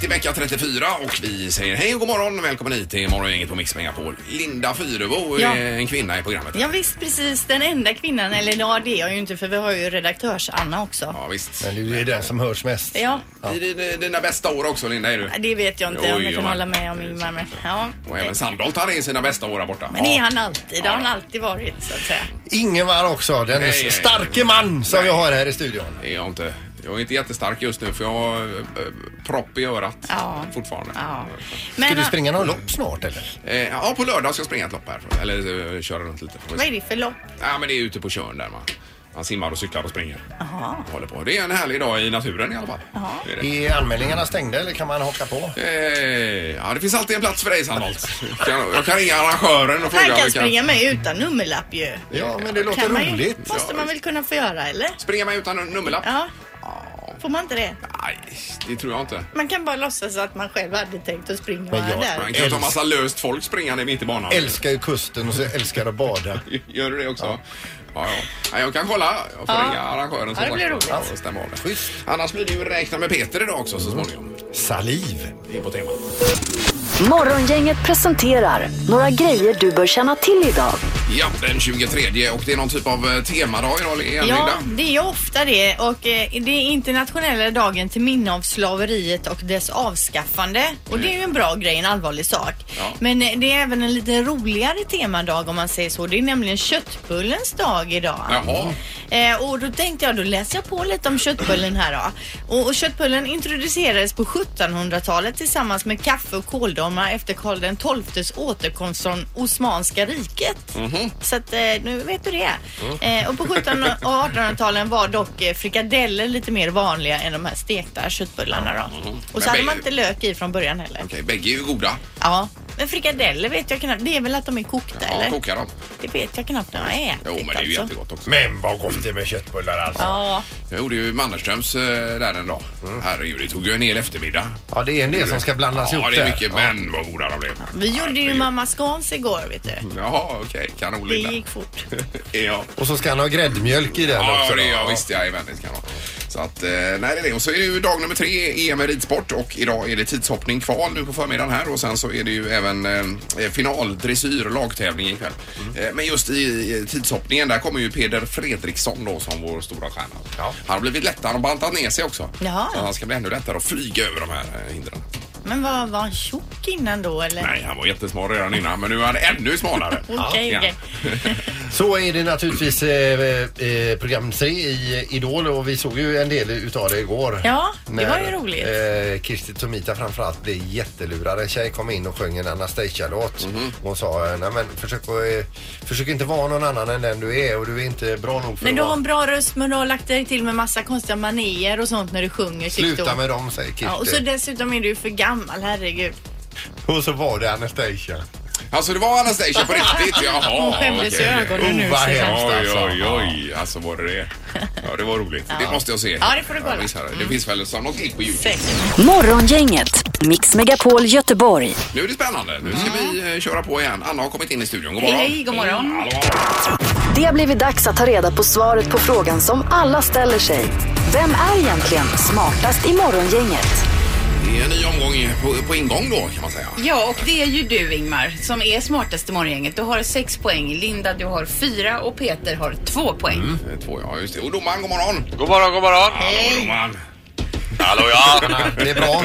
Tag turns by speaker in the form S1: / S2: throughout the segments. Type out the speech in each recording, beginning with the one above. S1: till vecka 34 och vi säger hej och god morgon. Välkommen hit till Morgongänget på Mix Megapol. Linda Fyrebo
S2: Ja.
S1: är en kvinna i programmet.
S2: Ja, visst, precis den enda kvinnan, eller ja det är jag ju inte för vi har ju redaktörs-Anna också.
S1: Ja, visst.
S3: Men det är ju den som hörs mest.
S2: Ja,
S1: I di- dina bästa år också Linda är du.
S2: det vet jag inte om
S1: Oj,
S2: jag kan
S1: oj.
S2: hålla med om Ingmar. Men, ja. Eh,
S1: Och även Sandholt han är i sina bästa år där borta.
S2: men det är han alltid, det har han alltid varit så att säga.
S3: Ingemar också, den
S1: Nej, nej,
S3: starke man som vi har här i studion.
S1: Det är jag inte. Jag är inte jättestark just nu för jag har eh, propp i örat
S2: Ja.
S1: fortfarande.
S2: Ja.
S3: Ska
S2: Men eh,
S3: du springa någon lopp snart eller?
S1: Eh, ja, på lördag ska jag springa ett lopp här. Eller eh, köra runt lite.
S2: vad är det för lopp?
S1: Ja, men det är ute på Tjörn där man. Man simmar och cyklar och springer. Och Håller på. Det är en härlig dag i naturen i alla fall. Det är det.
S3: Är anmälningarna stängda eller kan man haka på?
S1: Eh, ja, det finns alltid en plats för dig Sandholt. Jag kan- Jag kan ringa arrangören och fråga.
S2: Han
S1: om
S2: kan
S1: vi
S2: springa med utan nummerlapp ju.
S3: Ja, men det låter
S2: Kan man ju,
S3: roligt.
S2: måste man väl kunna få göra eller?
S1: Springa med utan nummerlapp?
S2: Ja. Får man inte det?
S1: Nej, det tror jag inte.
S2: Man kan bara låtsas att man själv hade tänkt att springa och
S3: Men
S2: vara
S3: jag
S2: där.
S1: Man kan ju ta massa löst folk springande mitt i banan.
S3: Älskar ju kusten och så älskar att bada.
S1: Gör du det också? Ja. Ja, Nej, Jag kan kolla. Jag får
S2: Ja.
S1: ringa arrangören som
S2: Ja, det blir
S1: sagt
S2: roligt.
S1: och stämma av det.
S3: Schysst.
S1: Annars blir det ju räkna med Peter idag också så småningom.
S3: Saliv.
S1: Mm. Det är på temat.
S4: Morgongänget presenterar några grejer du bör känna till idag.
S1: Ja, den 23 och det är någon typ av eh, temadag idag igen
S2: Ja,
S1: Linda.
S2: det är ju ofta det och eh, det är internationella dagen till minne av slaveriet och dess avskaffande. Och det är ju en bra grej, en allvarlig sak.
S1: Ja.
S2: Men eh, det är även en lite roligare temadag om man säger så. Det är nämligen köttbullens dag idag.
S1: Jaha.
S2: Eh, och då tänkte jag, då läser jag på lite om köttbullen här då. Och, och köttbullen introducerades på 1700-talet tillsammans med kaffe och kåldolmar efter Karl den XIIs återkomst från Osmanska riket.
S1: Mhm.
S2: Så att eh, nu vet du det.
S1: Mm.
S2: Eh, och på 1700 och 1800-talen var dock eh, frikadeller lite mer vanliga än de här stekta köttbullarna då. Och
S1: Mm. Men
S2: så hade
S1: bä-
S2: man inte lök i från början heller.
S1: Okej, bägge är ju goda.
S2: Ja. Men frikadeller vet jag knappt. Det är väl att de är kokta
S1: Ja,
S2: eller?
S1: koka dem.
S2: Det vet jag knappt när jag har ätit
S1: Jo, men det är ju
S2: alltså.
S1: jättegott också.
S3: Men vad gott det är med köttbullar alltså.
S2: Ja.
S1: Jag gjorde ju Mannerströms eh, där en dag. Herregud, det tog ju en hel eftermiddag.
S3: Ja, det är en del som ska blandas
S1: Ja,
S3: ihop
S1: det är
S3: där.
S1: mycket, men vad goda de blev.
S2: Vi gjorde ju
S1: Herregud.
S2: Mamma Scans igår vet du.
S1: Jaha, okej. Kanon,
S2: Det
S1: Linda.
S2: gick fort.
S1: Ja.
S3: Och så ska han ha gräddmjölk i den
S1: Ja,
S3: också.
S1: ja, det
S3: då.
S1: är jag visst. Ja, jajamän, det kan vara. Så att, eh, nej, det är det. Och så är det ju dag nummer tre, EM i ridsport och idag är det tidshoppning kval nu på förmiddagen här och sen så är det ju även eh, final, dressyr och lagtävling ikväll. Eh, men just i eh, tidshoppningen, där kommer ju Peder Fredriksson då som vår stora stjärna.
S3: Ja.
S1: Han har blivit lättare och bantat ner sig också.
S2: Jaha.
S1: Så han ska bli ännu lättare att flyga över de här eh, hindren.
S2: Men var, var han tjock innan då eller?
S1: Nej, han var jättesmal redan innan men nu är han ännu smalare.
S2: Okej,
S1: Ja.
S2: okej.
S3: Så är det naturligtvis eh, eh, program 3 i Idol och vi såg ju en del utav det igår.
S2: Ja, det var ju roligt.
S3: Eh, Kirsti Tomita framförallt blev jättelurad. En tjej kom in och sjöng en Anastasia-låt. Hon sa, nej men försök, att, eh, försök inte vara någon annan än den du är och du är inte bra nog för
S2: Men du
S3: att
S2: har en
S3: vara.
S2: bra röst men du har lagt dig till med massa konstiga manier och sånt när du sjunger. tyckte
S3: Sluta
S2: hon.
S3: med dem, säger Kirsti.
S2: Ja, och så dessutom är du för gammal, herregud.
S3: var det Anastasia.
S1: Alltså det var Anastasia på riktigt? Jaha.
S2: Hon skämdes
S1: okej.
S2: i ögonen nu.
S3: Oh, vad
S2: så
S3: hemskt.
S2: hemskt.
S1: Oj,
S3: alltså.
S1: oj, oj. Alltså var det det? Ja, det var roligt. Det måste jag se.
S2: Ja, det får du kolla. Mm.
S1: visst är det. Det finns väl som något klipp på Youtube.
S2: Säkert.
S4: Morgongänget, Mix Megapol Göteborg.
S1: Nu är det spännande. Nu ska vi eh, köra på igen. Anna har kommit in i studion. God
S2: Hej,
S1: morgon.
S2: hej, god morgon.
S1: Hallå.
S4: Det har blivit dags att ta reda på svaret på frågan som alla ställer sig. Vem är egentligen smartast i morgongänget?
S1: Det är en ny omgång på, på ingång då kan man säga.
S5: Ja, och det är ju du Ingmar som är smartast i morgongänget. Du har sex poäng, Linda du har fyra och Peter har två poäng.
S2: Mm.
S1: Eh, Två, ja just det. Och domaren, god morgon.
S6: God morgon, god morgon.
S1: Hallå domaren.
S6: Hallå ja.
S3: Är det bra?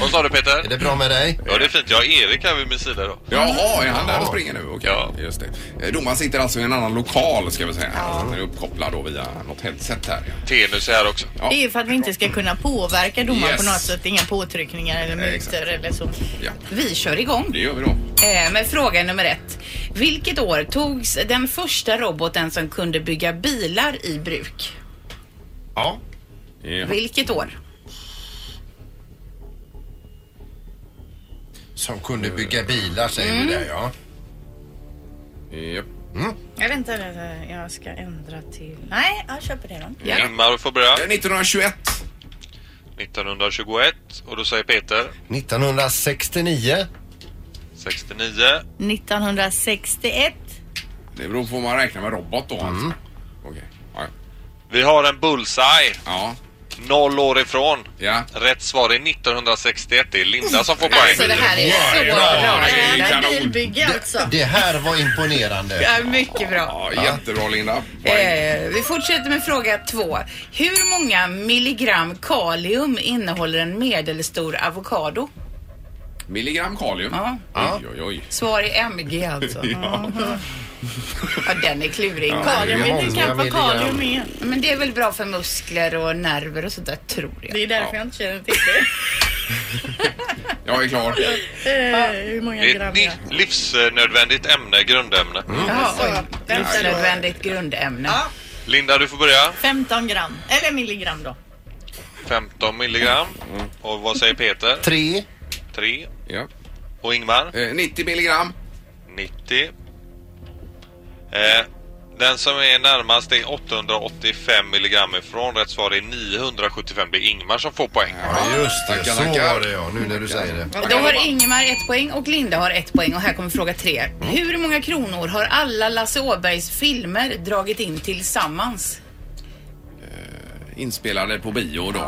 S6: Vad sa du
S3: Är
S6: Peter?
S3: det bra med dig?
S6: Ja det är fint, jag har Erik här vid min sida idag.
S1: Jaha, är han där och springer nu? Okej,
S6: Ja.
S1: just det. Eh, Domaren sitter alltså i en annan lokal ska vi säga. Han är uppkopplad då via något headset här.
S6: Tenus är här också.
S1: Ja.
S2: Det är ju för att vi inte ska kunna påverka domaren
S1: Yes.
S2: på något sätt. Inga påtryckningar eller
S1: Nej, exakt.
S2: mutor eller så.
S1: Ja,
S5: Vi kör igång
S1: det gör vi då.
S5: eh, med fråga nummer ett. Vilket år togs den första roboten som kunde bygga bilar i bruk?
S1: Ja. Ja.
S5: Vilket år?
S3: Som kunde bygga bilar, säger
S2: Mm.
S3: vi där ja.
S1: Ja.
S2: Jag väntar, jag ska ändra till... Nej, jag köper det då.
S5: Ja.
S6: Ingmar får börja.
S1: Eh, 1921.
S6: 1921 och då säger Peter
S3: 1969.
S6: 69.
S2: 1961.
S1: Det beror på
S2: Mm.
S1: vad man räknar med robot då alltså. Okej. Ja.
S6: Vi har en bullseye.
S1: Ja.
S6: Noll år ifrån.
S1: Ja.
S6: Rätt svar är 1961. Det är Linda som får poäng.
S5: Alltså det här är så
S1: Ja,
S5: bra.
S1: det är
S2: Jävla
S1: kanon.
S2: bilbygge alltså.
S3: Det här var imponerande.
S5: Ja, mycket bra.
S1: Ja, jättebra Linda. Poäng.
S5: Eh, vi fortsätter med fråga två. Hur många milligram kalium innehåller en medelstor avokado?
S1: Milligram kalium.
S5: Ja.
S1: Oj, oj, oj.
S5: Svar är MG alltså.
S1: Ja.
S5: Ja, den är klurig.
S3: det är
S2: Kalium, vet inte
S3: många
S2: knappt vad kalium är.
S5: Men det är väl bra för muskler och nerver och sånt där tror
S2: Det
S5: jag.
S2: är därför jag inte känner till det.
S1: Jag är klar.
S2: Eh, Hur många
S6: Det är ett
S2: gram
S6: ni-
S2: är
S6: livsnödvändigt ämne, grundämne.
S5: Jaha,
S2: Så,
S5: oj.
S2: den
S5: Ett
S2: står-
S5: nödvändigt grundämne.
S2: Ja,
S6: Linda, du får börja.
S2: 15 gram. Eller milligram då.
S6: 15 milligram.
S5: Mm.
S6: Och vad säger Peter?
S3: Tre.
S6: 3.
S1: Ja.
S6: Och Ingmar?
S1: Eh, 90 milligram.
S6: 90. Eh, den som är närmast är 885 milligram ifrån. Rätt svar är 975. Det är Ingmar som får poäng.
S3: Ja, just det.
S1: Tackar,
S3: Så
S1: tackar.
S3: var det ja, nu när du säger det.
S5: Då har Ingemar ett poäng och Linda har ett poäng och här kommer fråga tre. Hur många kronor har alla Lasse Åbergs filmer dragit in tillsammans?
S1: Inspelade på bio då. Eller på,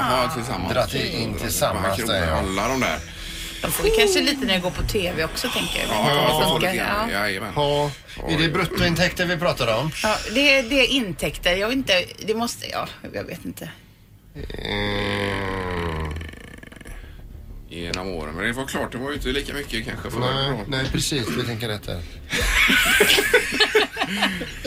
S1: aha, tillsammans.
S3: Dratt in tillsammans,
S1: Kronor,
S3: säger jag.
S1: Alla de där.
S5: De får ju kanske lite när det går på TV också tänker jag.
S1: Ja, ja,
S5: det
S1: får lite
S5: ja.
S1: grann. Jajamän.
S3: Ja, är det bruttointäkter vi pratar om?
S5: Ja, det, är- det är intäkter. Jag vet inte, det måste, ja, jag vet inte.
S3: Eh,
S1: Genom åren. Men det var klart, det var ju inte lika mycket kanske för
S3: Nej, nej precis. Vi tänker rätt här.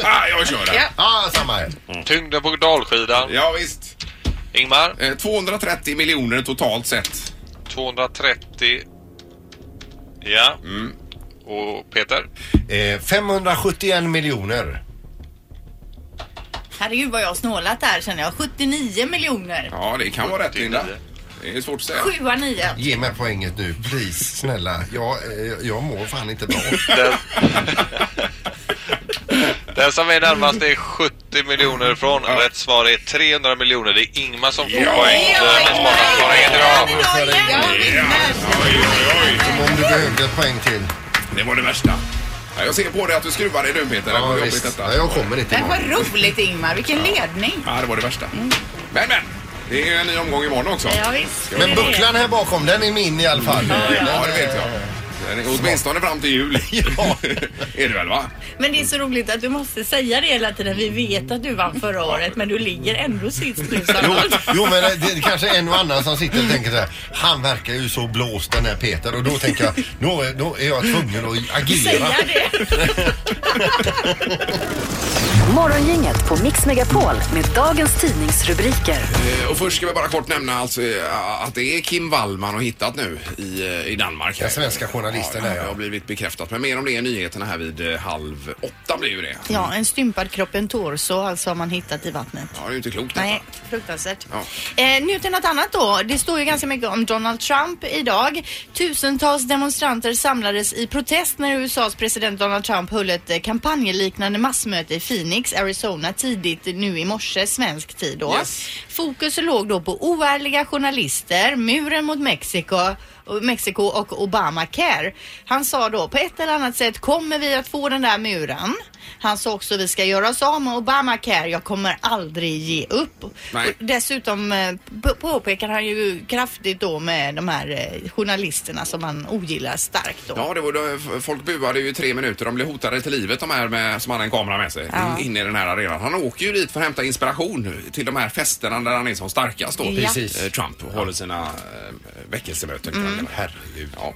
S1: Ah, jag kör där.
S5: Ja.
S1: Ja.
S3: Ah, samma här.
S6: Tyngden på dalskidan.
S1: visst.
S6: Ingmar?
S1: Eh, 230 miljoner totalt sett.
S6: 230. Ja. Och Peter?
S3: Eh, 571 miljoner.
S2: Herregud vad jag har snålat där känner jag. 79 miljoner.
S1: Ja, det kan vara rätt Linda. Det är svårt att säga.
S2: 7 9.
S3: Ge mig poänget nu, please. Snälla. Jag, eh, jag mår fan inte bra.
S6: Den, den som är närmast är 70 miljoner ifrån. Rätt svar är 300 miljoner. Det är Ingmar som får poäng. Eh, Den smartaste var Ingmar.
S1: Oj, oj, oj.
S3: Om du behövde ett poäng till.
S1: Det var det värsta. Ja, jag ser på dig att du skruvar dig nu Peter. det var jobbigt detta.
S3: Ja, jag kommer inte
S5: Men
S3: imorgon.
S5: vad roligt Ingmar, vilken ledning.
S1: Ja, det var det värsta. Men, men. Det är ju en ny omgång imorgon också.
S2: Ja, visst.
S3: Men bucklan här bakom, den är min i alla fall.
S1: Ja, det vet jag. Den är Åtminstone fram till jul. Ja. är det väl va?
S2: Men det är så roligt att du måste säga det hela tiden. Vi vet att du vann förra året men du ligger ändå sist nu
S3: Jo,
S2: Sandra.
S3: jo men det, det är kanske en och annan som sitter och tänker så här. Han verkar ju så blåst den här Peter och då tänker jag då, är- då är jag tvungen att agera.
S2: Säga det.
S4: Morgongänget på Mix Megapol med dagens tidningsrubriker.
S1: Eh, Och först ska vi bara kort nämna alltså, eh, att det är Kim Wallman har hittat nu i, eh, i Danmark.
S3: Den svenska journalisten
S1: ja,
S3: där,
S1: ja.
S3: ja.
S1: Det har blivit bekräftat. Men mer om det i nyheterna här vid eh, halv åtta blir ju det. Ja,
S2: Ja, en stympad kropp, en torso alltså har man hittat i vattnet.
S1: det är ju inte klokt detta.
S2: Nej, fruktansvärt.
S1: Ja.
S2: Eh, nu till något annat då. Det står ju ganska mycket om Donald Trump idag. Tusentals demonstranter samlades i protest när USAs president Donald Trump höll ett eh, kampanjliknande massmöte i Phoenix, Arizona tidigt nu i morse, svensk tid då.
S1: Yes.
S2: Fokus låg då på oärliga journalister, muren mot Mexiko Mexiko och Obamacare. Han sa då på ett eller annat sätt kommer vi att få den där muren. Han sa också vi ska göra oss av med Obamacare. Jag kommer aldrig ge upp.
S1: Nej.
S2: Och Dessutom eh, på- påpekar han ju kraftigt då med de här eh, journalisterna som han ogillar starkt då.
S1: Ja, det var, då- folk buade ju i tre minuter. De blev hotade till livet de här med, som hade en kamera med sig in inne i den här arenan. Han åker ju dit för att hämta inspiration till de här festerna där han är som starkast då.
S2: Ja.
S3: Precis.
S1: Eh, Trump och håller sina eh, väckelsemöten. Mm. Herregud. Ja.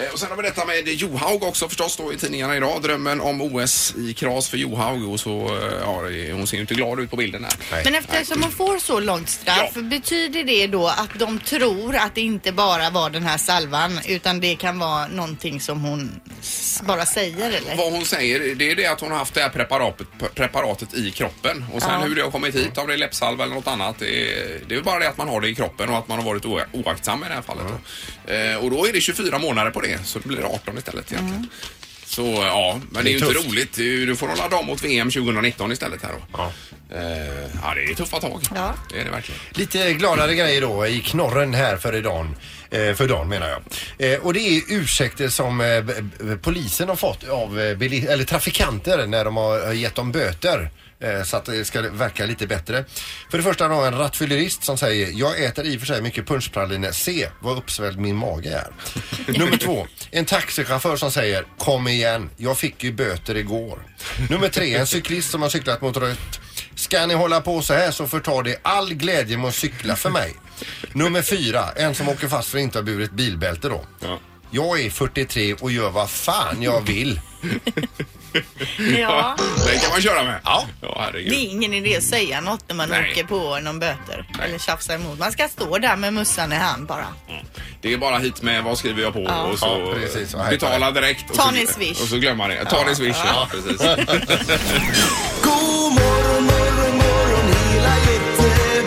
S1: Eh, Och sen har vi detta med Johaug också förstås då i tidningarna idag. Drömmen om OS i kras för Johaug och så, eh, ja, det- hon ser ju inte glad ut på bilden här.
S2: Men eftersom hon får så långt straff,
S1: Ja.
S2: betyder det då att de tror att det inte bara var den här salvan utan det kan vara någonting som hon s- bara säger eller?
S1: Vad hon säger det är det att hon har haft det här preparatet, preparatet i kroppen. Och sen hur det har kommit hit, om det är läppsalva eller något annat. Det är, det är bara det att man har det i kroppen och att man har varit oa- oaktsam i det här fallet. Då. Eh, och då är det 24 månader på det, så det blir 18 istället egentligen. Så ja, men det är ju inte
S3: tufft.
S1: roligt. Du du får hålla dem mot VM 2019 istället här då.
S3: Ja.
S1: Eh, ja, det är tuffa tag.
S2: Ja.
S1: Det är det verkligen.
S3: Lite gladare grejer då i knorren här för idag. eh, För dagen menar jag. Eh, Och det är ursäkter som eh, b- b- polisen har fått av eh, bili- eller trafikanter när de har gett dem böter eh, så att det ska verka lite bättre. För det första har vi en rattfyllerist som säger jag äter i och för sig mycket punschpraliner. Se vad uppsvälld min mage är. Nummer två, en taxichaufför som säger kom igen, jag fick ju böter igår. Nummer tre, en cyklist som har cyklat mot rött Ska ni hålla på så här så förtar det all glädje med att cykla för mig. Nummer fyra, en som åker fast för att inte ha burit bilbälte då. Jag är 43 och gör vad fan jag vill.
S2: Ja.
S1: Den kan man köra med.
S3: Ja.
S1: herregud.
S2: Det är ingen idé att säga något när man
S1: Nej.
S2: åker på någon böter
S1: Nej.
S2: eller tjafsa emot. Man ska stå där med mössan i hand bara.
S1: Det är bara hit med vad skriver jag på och så
S3: Ja, precis. Och hej,
S1: betala direkt. Och
S2: Ta
S1: så-
S2: ni Swish.
S1: Och så glömmer det. Ta ni swish, ja. precis.
S7: God morgon, morgon, morgon hela Göteborg.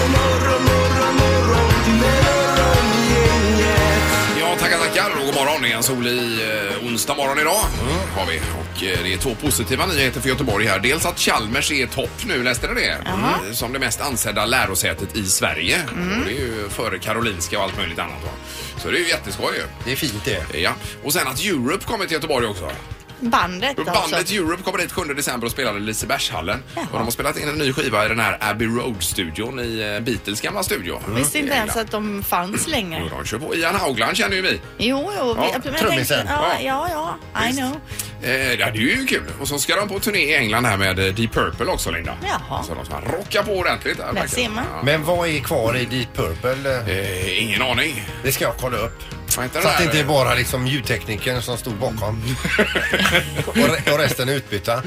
S7: God morgon, morgon, morgon morgongänget.
S1: Ja, tackar, tackar och god morgon. Det är en solig eh, onsdag morgon idag.
S3: Mm.
S1: Har vi. Och eh, det är två positiva nyheter för Göteborg här. Dels att Chalmers är topp nu, läste ni det? Mm. Som det mest ansedda lärosätet i Sverige.
S3: Mm.
S1: Och det är ju före Karolinska och allt möjligt annat. Va? Så det är ju jätteskoj ju.
S3: Det är fint det.
S1: Ja, och sen att Europe kommer till Göteborg också.
S2: Bandet alltså.
S1: Bandet Europe kommer dit 7 december och spelar i Lisebergshallen. Och de har spelat in en ny skiva i den här Abbey Road-studion i eh, Beatles gamla studio.
S2: Visste inte
S1: I
S2: ens
S1: England.
S2: att de fanns längre.
S1: Och de kör på. Ian Haugland känner ju vi.
S2: Jo, jo.
S1: Ja,
S2: vi- men jag
S3: trummisen.
S2: tänkte- Ja, ja, ja. I
S1: Visst.
S2: know.
S1: Eh, ja, det är ju kul. Och så ska de på turné i England här med eh, Deep Purple också, Linda.
S2: Jaha.
S1: Så de ska rocka på ordentligt. Där, verkligen.
S2: ser man.
S1: Ja.
S3: Men vad är kvar i Deep Purple?
S1: Eh, ingen aning.
S3: Det ska jag kolla upp.
S1: Vad heter
S3: Så att det
S1: där?
S3: inte är bara liksom ljudteknikern som stod bakom. och, re- och resten är utbytta.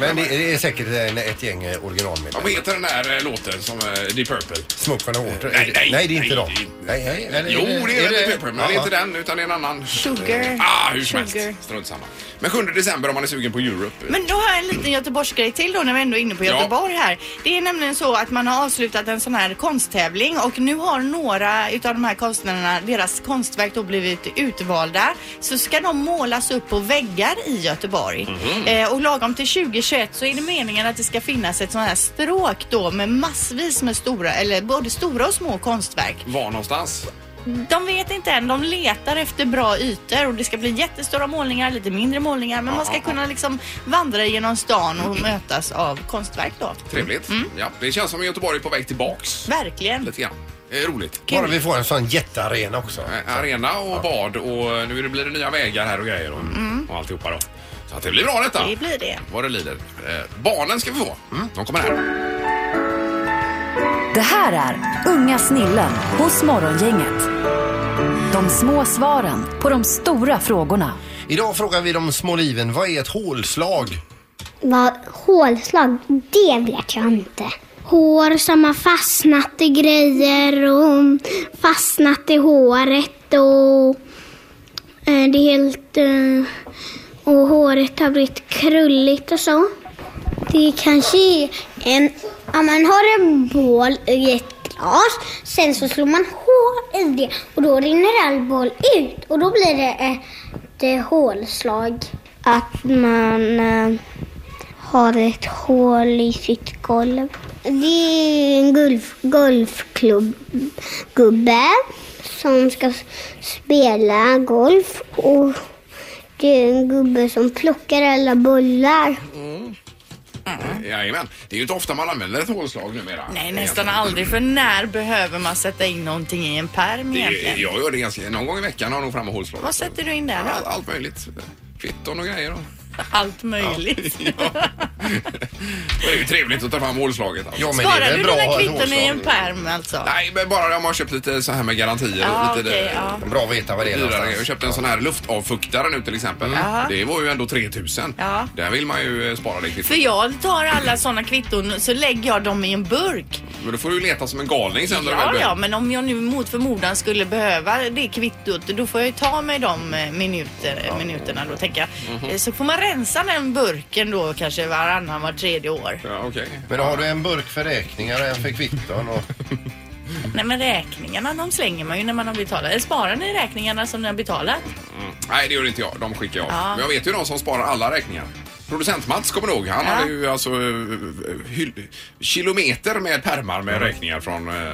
S3: Men det, det är säkert en, ett gäng eh,
S1: Ja,
S3: originalmedlemmar.
S1: vad heter den där eh, låten som eh, Deep Purple?
S3: Smoke on the water.
S1: Nej, nej,
S3: nej, det är
S1: nej,
S3: inte dem.
S1: det är-
S3: Nej, nej, eller-
S1: Jo, det är, Deep Purple, men det är
S3: Ja.
S1: inte den utan det är en annan.
S2: Sugar.
S1: Ah, hur som
S2: Sugar.
S1: helst. Strunt samma. Men 7 december om man är sugen på Europe.
S2: Men då har jag en liten Göteborgsgrej till då när vi ändå är inne på
S1: Ja.
S2: Göteborg här. Det är nämligen så att man har avslutat en sån här konsttävling och nu har några utav de här konstnärerna, deras konstverk då blivit utvalda. Så ska de målas upp på väggar i Göteborg. Eh, och lagom till 2021 så är det meningen att det ska finnas ett sånt här stråk då med massvis med stora, eller både stora och små konstverk.
S1: Var någonstans?
S2: De vet inte än. De letar efter bra ytor och det ska bli jättestora målningar, lite mindre målningar. Men man ska kunna liksom vandra genom stan och mötas av konstverk då.
S1: Trevligt.
S2: Mm.
S1: Ja, det känns som Göteborg är på väg tillbaks.
S2: Verkligen.
S1: Lite grann. Eh, roligt.
S3: Bara vi får en sån jättearena också.
S1: Eh, Arena och bad och nu blir det nya vägar här och grejer och, och alltihopa då. Så att det blir bra detta.
S2: Mm. Det blir det.
S1: Vad det lider. Eh, barnen ska vi få. Mm, De kommer
S2: Mm.
S1: här.
S4: Det här är Unga snillen hos Morgongänget. De små svaren på de stora frågorna.
S3: Idag frågar vi de små liven, vad är ett hålslag?
S8: Vad hålslag, det vet jag inte. Hår som har fastnat i grejer och mm, fastnat i håret och eh, det är helt... eh, Och håret har blivit krulligt och så. Det kanske är en... Om man har en boll i ett glas, sen så slår man hål i det och då rinner all boll ut och då blir det ett eh, hålslag. Att man eh, har ett hål i sitt golv. Det är en golf, golfklubbgubbe som ska s- spela golf och det är en gubbe som plockar alla bollar.
S1: Jajamän. Det är ju inte ofta man använder ett hålslag numera.
S2: Nej, nästan
S1: Egentligen.
S2: aldrig. För när behöver man sätta in någonting i en pärm
S1: Det är-
S2: egentligen?
S1: Jag gör det ganska... Någon gång i veckan har jag nog framme hålslag.
S2: Vad sätter du in där
S1: All,
S2: då?
S1: allt möjligt. Kvitton och grejer. Och.
S2: Allt möjligt.
S1: Ja. det är ju trevligt att ta fram hålslaget. Alltså.
S3: Ja, men det är
S2: Sparar
S3: väl
S2: du
S3: bra att
S2: dina
S3: ha ett
S2: kvitton i
S3: hålslag.
S2: en pärm alltså?
S1: Nej, men bara om man har köpt lite så här med garantier.
S2: Ja,
S1: lite
S2: okej,
S1: eh,
S2: ja.
S3: Bra att veta vad det är
S1: dyrare grejer. Jag
S3: någonstans.
S1: köpte en sån här luftavfuktare nu till exempel. Det var ju ändå 3000.
S2: Ja.
S1: Där vill man ju eh, spara det kvittot.
S2: För jag tar alla sådana kvitton så lägger jag dem i en burk.
S1: Men då får du ju leta som en galning sen. när du väl
S2: Ja,
S1: börjar.
S2: ja, men om jag nu mot förmodan skulle behöva det kvittot, då får jag ju ta mig de eh, minuter, minuterna då tänker jag.
S1: Mhm.
S2: Eh, Så får man rensa den burken då kanske varannan, var tredje år.
S1: Ja, okej.
S3: Men har du en burk för räkningar och en för kvitton? Och...
S2: Nej men räkningarna de slänger man ju när man har betalat. Eller sparar ni räkningarna som ni har betalat?
S1: Nej, det gör inte jag. De skickar jag av.
S2: Ja.
S1: Men jag vet ju de som sparar alla räkningar. Producent Mats kommer nog. Han hade ju alltså eh, hyll, kilometer med pärmar
S3: Mm.
S1: med räkningar från eh, 40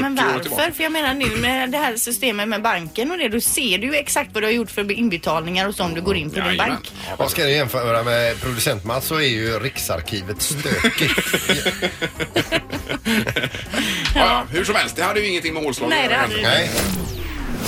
S2: Men
S1: år
S2: varför?
S1: tillbaka.
S2: För jag menar nu med det här systemet med banken och det, då ser du ju exakt vad du har gjort för inbetalningar och så om du går in på din
S1: Jajamän.
S2: bank.
S3: Vad ska du jämföra med producent Mats så är ju Riksarkivet stökigt.
S1: Ja, ja, hur som helst, det hade ju ingenting med hålslag
S2: Nej,
S1: att
S2: det
S1: göra.
S2: hade det
S3: Nej.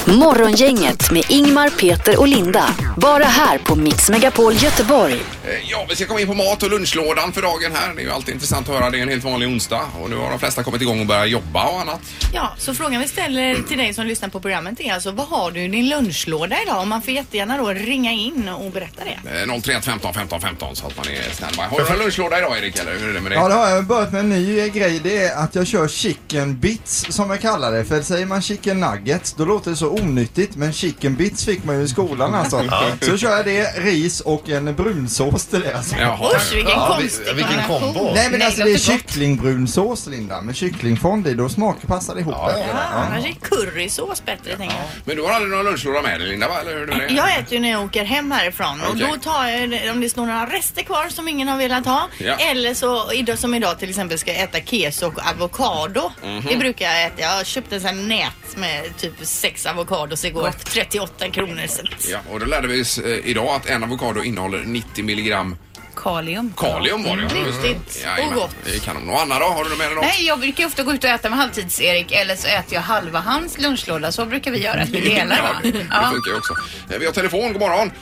S4: Morgongänget med Ingmar, Peter och Linda. Bara här på Mix Megapol Göteborg.
S1: Eh, Ja, vi ska komma in på mat och lunchlådan för dagen här. Det är ju alltid intressant att höra. Det är en helt vanlig onsdag och nu har de flesta kommit igång och börjat jobba och annat.
S2: Ja, så frågan vi ställer till dig som lyssnar på programmet är alltså vad har du i din lunchlåda idag? Och man får jättegärna då ringa in och berätta det.
S1: Eh, 031 15 15 15 så att man är standby. Har du någon lunchlåda idag Erik eller hur är det med det?
S9: Ja, det har jag börjat med en ny eh, grej. Det är att jag kör chicken bits som jag kallar det. För säger man chicken nuggets, då låter det så onyttigt. Men chicken bits fick man ju i skolan alltså. Så kör jag det, ris och en brunsås till det alltså.
S1: Jaha.
S2: Usch, vilken
S3: Ja, vi-
S2: konstig
S3: vilken
S2: kombination.
S3: kombo.
S9: Nej men
S5: Nej,
S9: alltså
S5: det
S9: det är
S5: låter gott.
S9: kycklingbrunsås Linda med kycklingfond i. Då smakpassar det ihop.
S3: Ja,
S2: Ja,
S9: Ja,
S2: annars är currysås bättre tänker jag.
S1: Men du har aldrig någon lunchlåda med dig Linda va? Eller hur är det med det?
S2: Jag äter ju när jag åker hem härifrån och
S1: Okej.
S2: då tar jag det- om det står några rester kvar som ingen har velat ha.
S1: Ja.
S2: Eller så idag, som idag till exempel ska jag äta keso och avokado. Det brukar jag äta. Jag köpte en sån här nät med typ sex avokados igår för 38 kronor. Så
S1: Ja, och då lärde vi oss eh, idag att en avokado innehåller 90 milligram
S5: Kalium.
S1: kalium var det ja.
S2: Nyttigt
S1: Jajamän.
S2: och gott.
S1: Det är kanon. Och Anna då, har du något med dig då?
S5: Nej, jag brukar ju ofta gå ut och äta med halvtids-Erik eller så äter jag halva hans lunchlåda. Så brukar vi göra, att vi delar
S1: Ja, det,
S5: va?
S1: det
S5: Ja.
S1: funkar ju också. Eh, Vi har telefon, god morgon.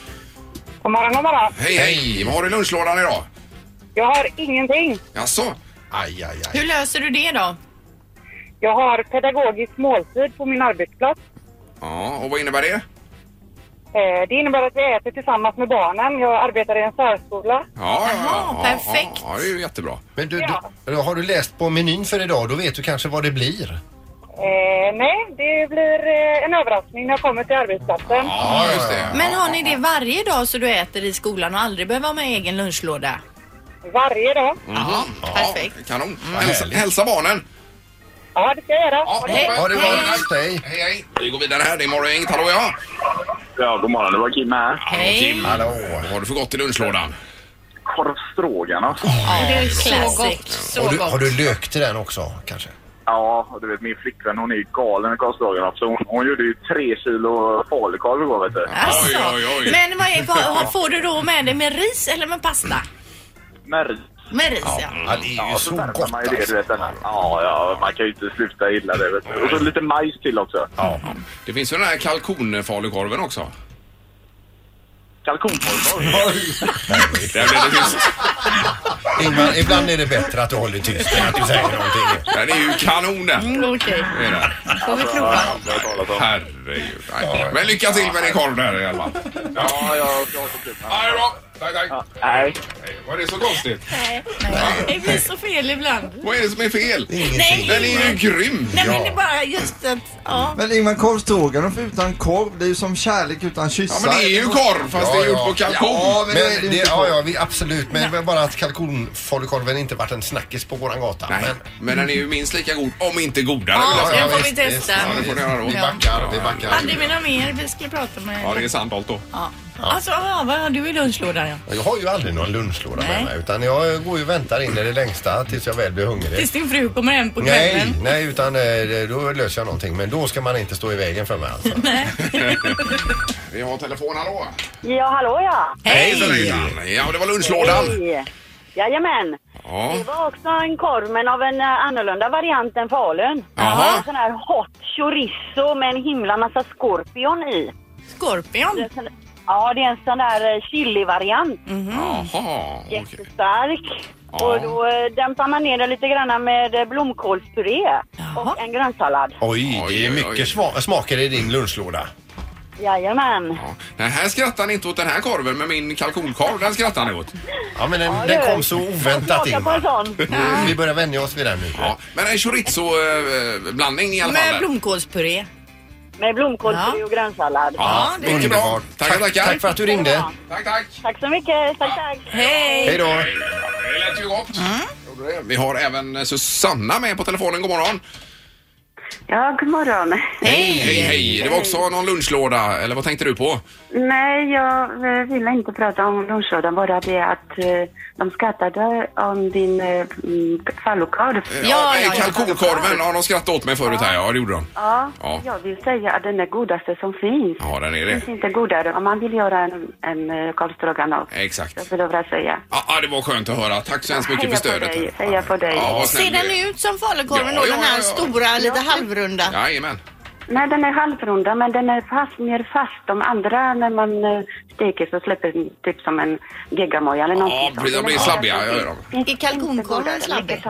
S10: God morgon, god morgon.
S1: Hej, hej! Vad har du i lunchlådan idag?
S10: Jag har ingenting.
S1: Jaså?
S3: Aj, aj, aj.
S2: Hur löser du det då?
S10: Jag har pedagogisk måltid på min arbetsplats.
S1: Ja, och vad innebär det?
S10: Eh, Det innebär att vi äter tillsammans med barnen. Jag arbetar i en särskola.
S1: Ja, ja, ja,
S2: Jaha,
S1: ja,
S2: perfekt.
S1: Ja, ja, det är ju jättebra.
S3: Men du,
S10: Ja.
S3: du, då har du läst på menyn för idag? Då vet du kanske vad det
S2: Mm.
S3: blir.
S10: Eh, Nej, det blir eh, en överraskning när jag kommer till arbetsplatsen.
S1: Ja, just det.
S2: Men
S1: ja,
S2: har ni det varje dag så du äter i skolan och aldrig behöver ha med egen lunchlåda?
S10: Varje dag.
S2: Ja,
S1: Mhm. ja,
S2: perfekt.
S1: Kanon.
S3: Vad
S1: Hälsa,
S3: härligt.
S1: hälsa barnen.
S10: Ja, det ska jag göra.
S1: Ja,
S10: Ha det
S1: hej.
S10: gott.
S3: Har du
S1: Hej.
S3: varit hej.
S1: Hej, hej. Vi går vidare här. Det är Morgongänget. Hallå, ja.
S11: Ja, god morgon. Det var Kim här.
S2: Hej.
S3: Hallå.
S1: Vad har du för gott i lunchlådan?
S11: Korv stroganoff.
S5: Det är så
S2: Classic.
S5: gott. Så
S3: Har du,
S5: gott.
S3: har du lök till den också kanske?
S11: Ja, och du vet min flickvän hon är ju galen i korv stroganoff. Så hon, hon gjorde ju tre kilo falukorv igår vet du.
S2: Alltså.
S1: Oj, oj, oj.
S2: Men vad är, vad, får du då med det med ris eller med pasta?
S11: Med ris.
S2: Med ris ja.
S3: Ja, det är ju
S11: Ja, så
S3: så
S11: värmer
S3: gott alltså.
S11: man ju det, du vet. Den här. Ja, ja, man kan ju inte sluta illa det. Vet du. Och så lite majs till också.
S1: Det finns ju den här kalkonfalukorven också.
S11: Kalkonkorv.
S1: Där blev det tyst.
S3: Ingmar, ibland är det bättre att du håller tyst än att du säger någonting.
S1: Den är ju kanon den.
S2: Mm, Okej.
S1: Det är den.
S5: Får vi prova?
S11: Ja, det har jag talat om.
S1: Herregud. Nej. Men lycka till med din korv där i alla fall.
S11: Ja, jag jag har så kul.
S1: Ja, det är bra. Tack, tack.
S11: Nej.
S1: Hej. Var det så konstigt?
S2: Det blir så fel ibland.
S1: Vad är det som är fel?
S2: Nej.
S1: Den är ju grym.
S2: Nej men det är bara just att, ja.
S9: Men Ingmar korv stroganoff utan korv, det är ju som kärlek utan
S1: Ja,
S9: kyssar.
S1: men det är ju korv fast det är gjort på kalkon.
S9: Ja, men, då är det
S3: Men det,
S9: ju inte
S3: ja,
S9: korv.
S3: ja, vi, absolut. Men bara att kalkonfalukorven inte varit en snackis på våran gata.
S1: Nej,
S3: Men,
S1: men den är ju minst lika god, om inte godare. vill jag
S2: Ja,
S1: säga.
S2: den får vi
S3: visst, visst.
S2: testa.
S1: Ja, det får ni göra då.
S3: vi backar, vi backar.
S2: Hade vi något mer vi skulle prata med?
S1: Ja, det är Sandholt då.
S2: Ja. Alltså, ja, vad har du i lunchlådan? Ja.
S3: Jag har ju aldrig någon lunchlåda med
S2: Nej.
S3: mig utan jag går ju och väntar in i det längsta tills jag väl blir hungrig.
S2: Tills din fru kommer hem på
S3: Nej,
S2: kvällen.
S3: nej utan eh, det- då löser jag någonting. Men då ska man inte stå i vägen för mig alltså.
S1: Vi har telefon, hallå?
S10: Ja, hallå ja.
S2: Hej!
S1: Hejsan. Ja, det var lunchlådan.
S10: Hej. Jajamän.
S1: Ja.
S10: Det var också en korv, men av en eh, annorlunda variant än Falun.
S1: Jaha.
S10: En sån här hot chorizo med en himla massa skorpion i. Det är
S2: Skorpion.
S10: en sån- Ja, det är en sån där eh, chili-variant.
S2: Mhm.
S1: Jaha, okej.
S10: Jättestark.
S1: Ja.
S10: Och då eh, dämpar man ner den lite grann med eh, blomkålspuré
S2: Jaha.
S10: och en grönsallad.
S3: Oj, det
S1: Oj,
S3: är
S1: oj, oj.
S3: mycket sma smaker i din lunchlåda.
S10: Jajamän.
S1: Ja. Nej, här skrattar ni inte åt den här korven, men min kalkonkorv, den skrattar ni åt.
S3: Ja men den,
S10: Ja,
S3: den
S10: det-
S3: kom så oväntat
S10: Smaka på en
S3: in.
S10: sån.
S3: Vi börjar vänja oss vid den nu.
S1: Ja. Men en chorizo-blandning i alla fall.
S2: Med
S1: där.
S2: blomkålspuré.
S10: Med blomkålspuré
S2: Ja.
S10: och grönsallad.
S1: Ja,
S2: det är
S1: mycket bra.
S3: underbart.
S1: Tackar,
S3: Tack,
S1: tackar.
S3: tack för att du ringde.
S1: Tack, tack.
S10: Tack så mycket. Tack, tack.
S2: Hej!
S3: Hej då.
S1: Det
S12: Mm.
S1: eh, lät ju gott. Gjorde det. Vi har även Susanna med på telefonen. God morgon.
S12: Ja, god morgon.
S1: Hej, hej, hej! Det var också någon lunchlåda, eller vad tänkte du på?
S12: Nej, jag eh, ville inte prata om lunchlådan, bara det att eh, de skrattade om din eh, mm, fallokad.
S1: nej, eh, kalkonkorven, ja, de skrattade åt mig förut här, ja det gjorde de.
S12: Ja,
S1: Ja.
S12: jag vill säga att den är godaste som finns.
S1: Ja, den är
S12: Det
S1: det.
S12: finns inte godare. Om man vill göra en, en eh, korv stroganoff,
S1: Exakt.
S12: jag vill bara säga.
S1: Ja, ah, det var skönt att höra. Tack så hemskt mycket för
S12: Heja på
S1: stödet.
S12: dig, heja på dig.
S1: Ja, vad
S2: Ser
S1: snäll
S2: den
S1: du är.
S2: ut som falukorven
S1: Ja,
S2: då?
S1: ja,
S2: Den här
S1: ja, ja.
S2: stora, lite halvrunda?
S1: Jajamän.
S12: Nej, den är halvrunda, men den är fast, mer fast. De andra, när man eh, steker så släpper den typ som en geggamoja eller någonting.
S1: Ja, de blir- de blir slabbiga. Jag gör dem.
S2: Är kalkonkorven slabbig?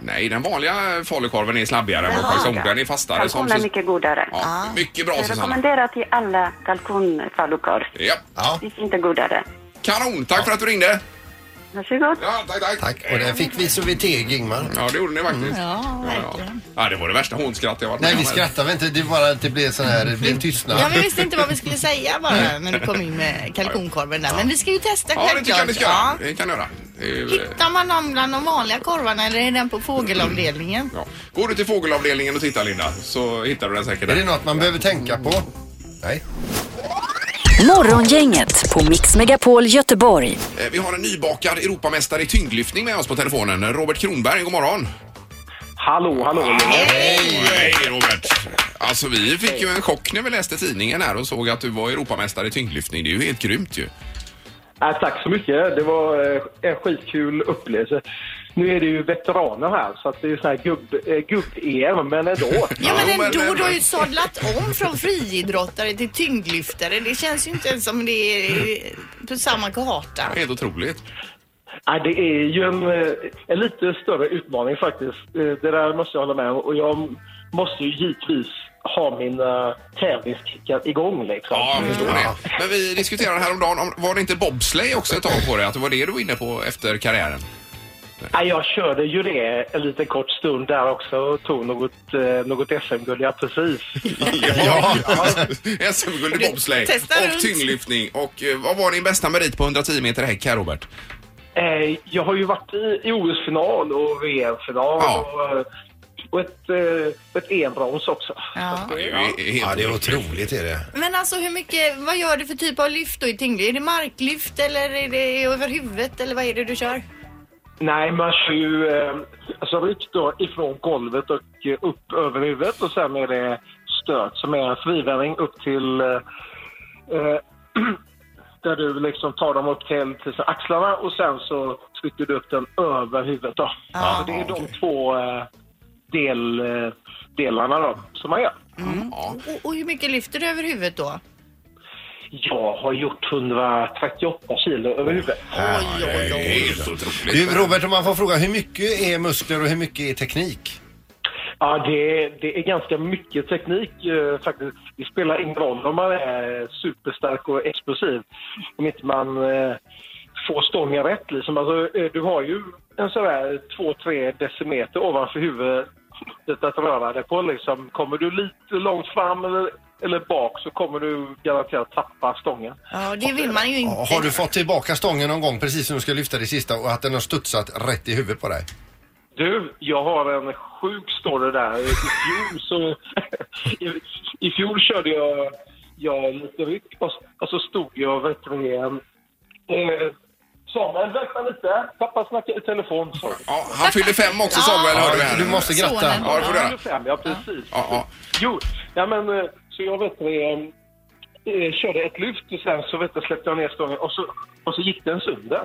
S1: Nej, den vanliga falukorven är slabbigare än vad kalkon. Den är fastare.
S12: Kalkon är mycket godare.
S1: Ja, mycket bra,
S12: Jag
S1: Susanna.
S12: rekommenderar till alla kalkonfallukorv.
S1: Ja.
S12: Finns inte godare.
S1: Kanon, tack för att du ringde.
S12: Varsågod.
S1: Ja, tack, tack.
S3: Och den fick vi så vi teg, Ingmar.
S1: Ja, det gjorde ni faktiskt.
S2: Ja, verkligen.
S1: Ja, det var det värsta hånskratt jag varit
S3: Nej,
S1: med
S3: vi
S1: om.
S3: skrattar väl inte. Det är bara att det blev sån här, det blev tystnad.
S2: Ja, vi visste inte vad vi skulle säga bara när du kom in med kalkonkorven där. Men vi ska ju testa
S1: Ja, det tycker jag ni ska göra.
S2: Ja.
S1: Det kan ni göra. Det är ju, eh,
S2: Hittar man dem bland de vanliga korvarna eller är den på fågelavdelningen?
S1: Ja. Går du till fågelavdelningen och tittar, Linda, så hittar du den säkert.
S3: Är det något man behöver tänka på? Nej.
S4: Morgongänget på Mix Megapol Göteborg.
S1: Eh, Vi har en nybakad Europamästare i tyngdlyftning med oss på telefonen. Robert Kronberg, god morgon.
S13: Hallå, hallå.
S1: Hej! Hej, Robert. Alltså, vi fick ju en chock när vi läste tidningen här och såg att du var Europamästare i tyngdlyftning. Det är ju helt grymt ju.
S13: Ja, tack så mycket. Det var eh, en skitkul upplevelse. Nu är det ju veteraner här, så att det är sån här gubb, eh, gubb-EM, men ändå.
S2: Ja men ändå, du har ju sadlat om från friidrottare till tyngdlyftare. Det känns ju inte ens som det är på samma karta.
S1: Helt otroligt.
S13: Ja, det är ju en, eh, en lite större utmaning faktiskt. Eh, Det där måste jag hålla med om. Och jag måste ju givetvis ha eh, mina tävlingskickar igång liksom.
S1: Ja,
S3: Mm.
S1: jag förstår det. Men vi diskuterade häromdagen, om, var det inte bobsleigh också ett tag på det? Att det var det du var inne på efter karriären?
S13: Ja, jag körde ju det en liten kort stund där också och tog något, eh, något SM-guld, ja precis.
S1: Ja! SM-guld i bobsleigh
S13: Testa
S1: och
S13: runt.
S1: tyngdlyftning. Och eh, vad var din bästa merit på 110 meter häck här, Robert?
S13: Eh, jag har ju varit i, i OS-final och VM-final och, eh, och ett, eh, ett EM-brons också.
S2: Ja.
S3: Ja, det är otroligt är det.
S2: Men alltså hur mycket, vad gör du för typ av lyft då i tyngd? Är det marklyft eller är det över huvudet eller vad är det du kör?
S13: Nej, man kör ju eh, alltså ryck då ifrån golvet och eh, upp över huvudet och sen är det stöt som är en frivändning upp till eh, eh, där du liksom tar dem upp till, till så axlarna och sen så trycker du upp den över huvudet då. så det är de två eh, del, eh, delarna då som man gör.
S2: Och, och hur mycket lyfter du över huvudet då?
S13: Jag har gjort 138 kilo över huvudet.
S3: Du, Robert, om man får fråga, hur mycket är muskler och hur mycket är teknik?
S13: Ja, det, det är ganska mycket teknik eh, faktiskt. Det spelar ingen roll om man är superstark och explosiv. Om inte man eh, får stången rätt liksom. Alltså, eh, du har ju en sådär 2-3 decimeter ovanför huvudet att röra dig på liksom. Kommer du lite långt fram eller, eller bak så kommer du garanterat tappa stången.
S2: Ja, det vill man ju inte.
S3: Ja, Har du fått tillbaka stången någon gång precis som du ska lyfta det sista och att den har studsat rätt i huvudet på dig?
S13: Du, jag har en sjuk story där. I fjol så... I, i fjol körde jag, jag lite ryck och, och så stod jag vet du, med en... Eh, Samuel, vänta lite. Pappa snackar i telefon. Sorry.
S1: Ja, han fyller fem också, Samuel, hörde vi här.
S3: Du måste gratta.
S1: Ja, det får du
S13: Ja,
S1: göra.
S13: 25, ja precis.
S1: Ja, ja.
S13: Jo, ja, men eh, så jag vet du, eh, eh, körde ett lyft och sen så vet du, släppte jag ner stången och så, och så gick den sönder.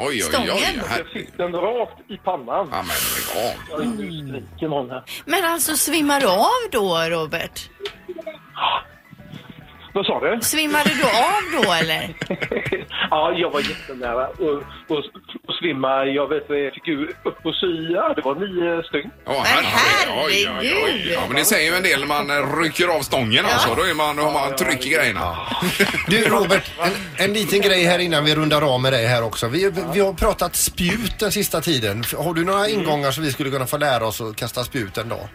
S1: Oj, oj, oj. Stången?
S13: Och Jag fick den rakt i pannan.
S1: Ja, men lägg av.
S13: Jag är ju skriken om här.
S2: Men alltså svimmar du av då Robert?
S13: Vad sa du?
S2: Svimmade du av då eller?
S13: Ja, jag var jättenära och, och, och svimma. Jag vet, jag fick ju upp på sya. Det var nio stygn.
S1: Ja, herregud! Oj, oj, oj. Ja, men det säger ju en del när man eh, rycker av stången alltså. Då är man, har man tryck i grejerna.
S3: Du Robert, en, en liten grej här innan vi rundar av med dig här också. Vi, vi har pratat spjut den sista tiden. Har du några ingångar så vi skulle kunna få lära oss att kasta spjut en dag?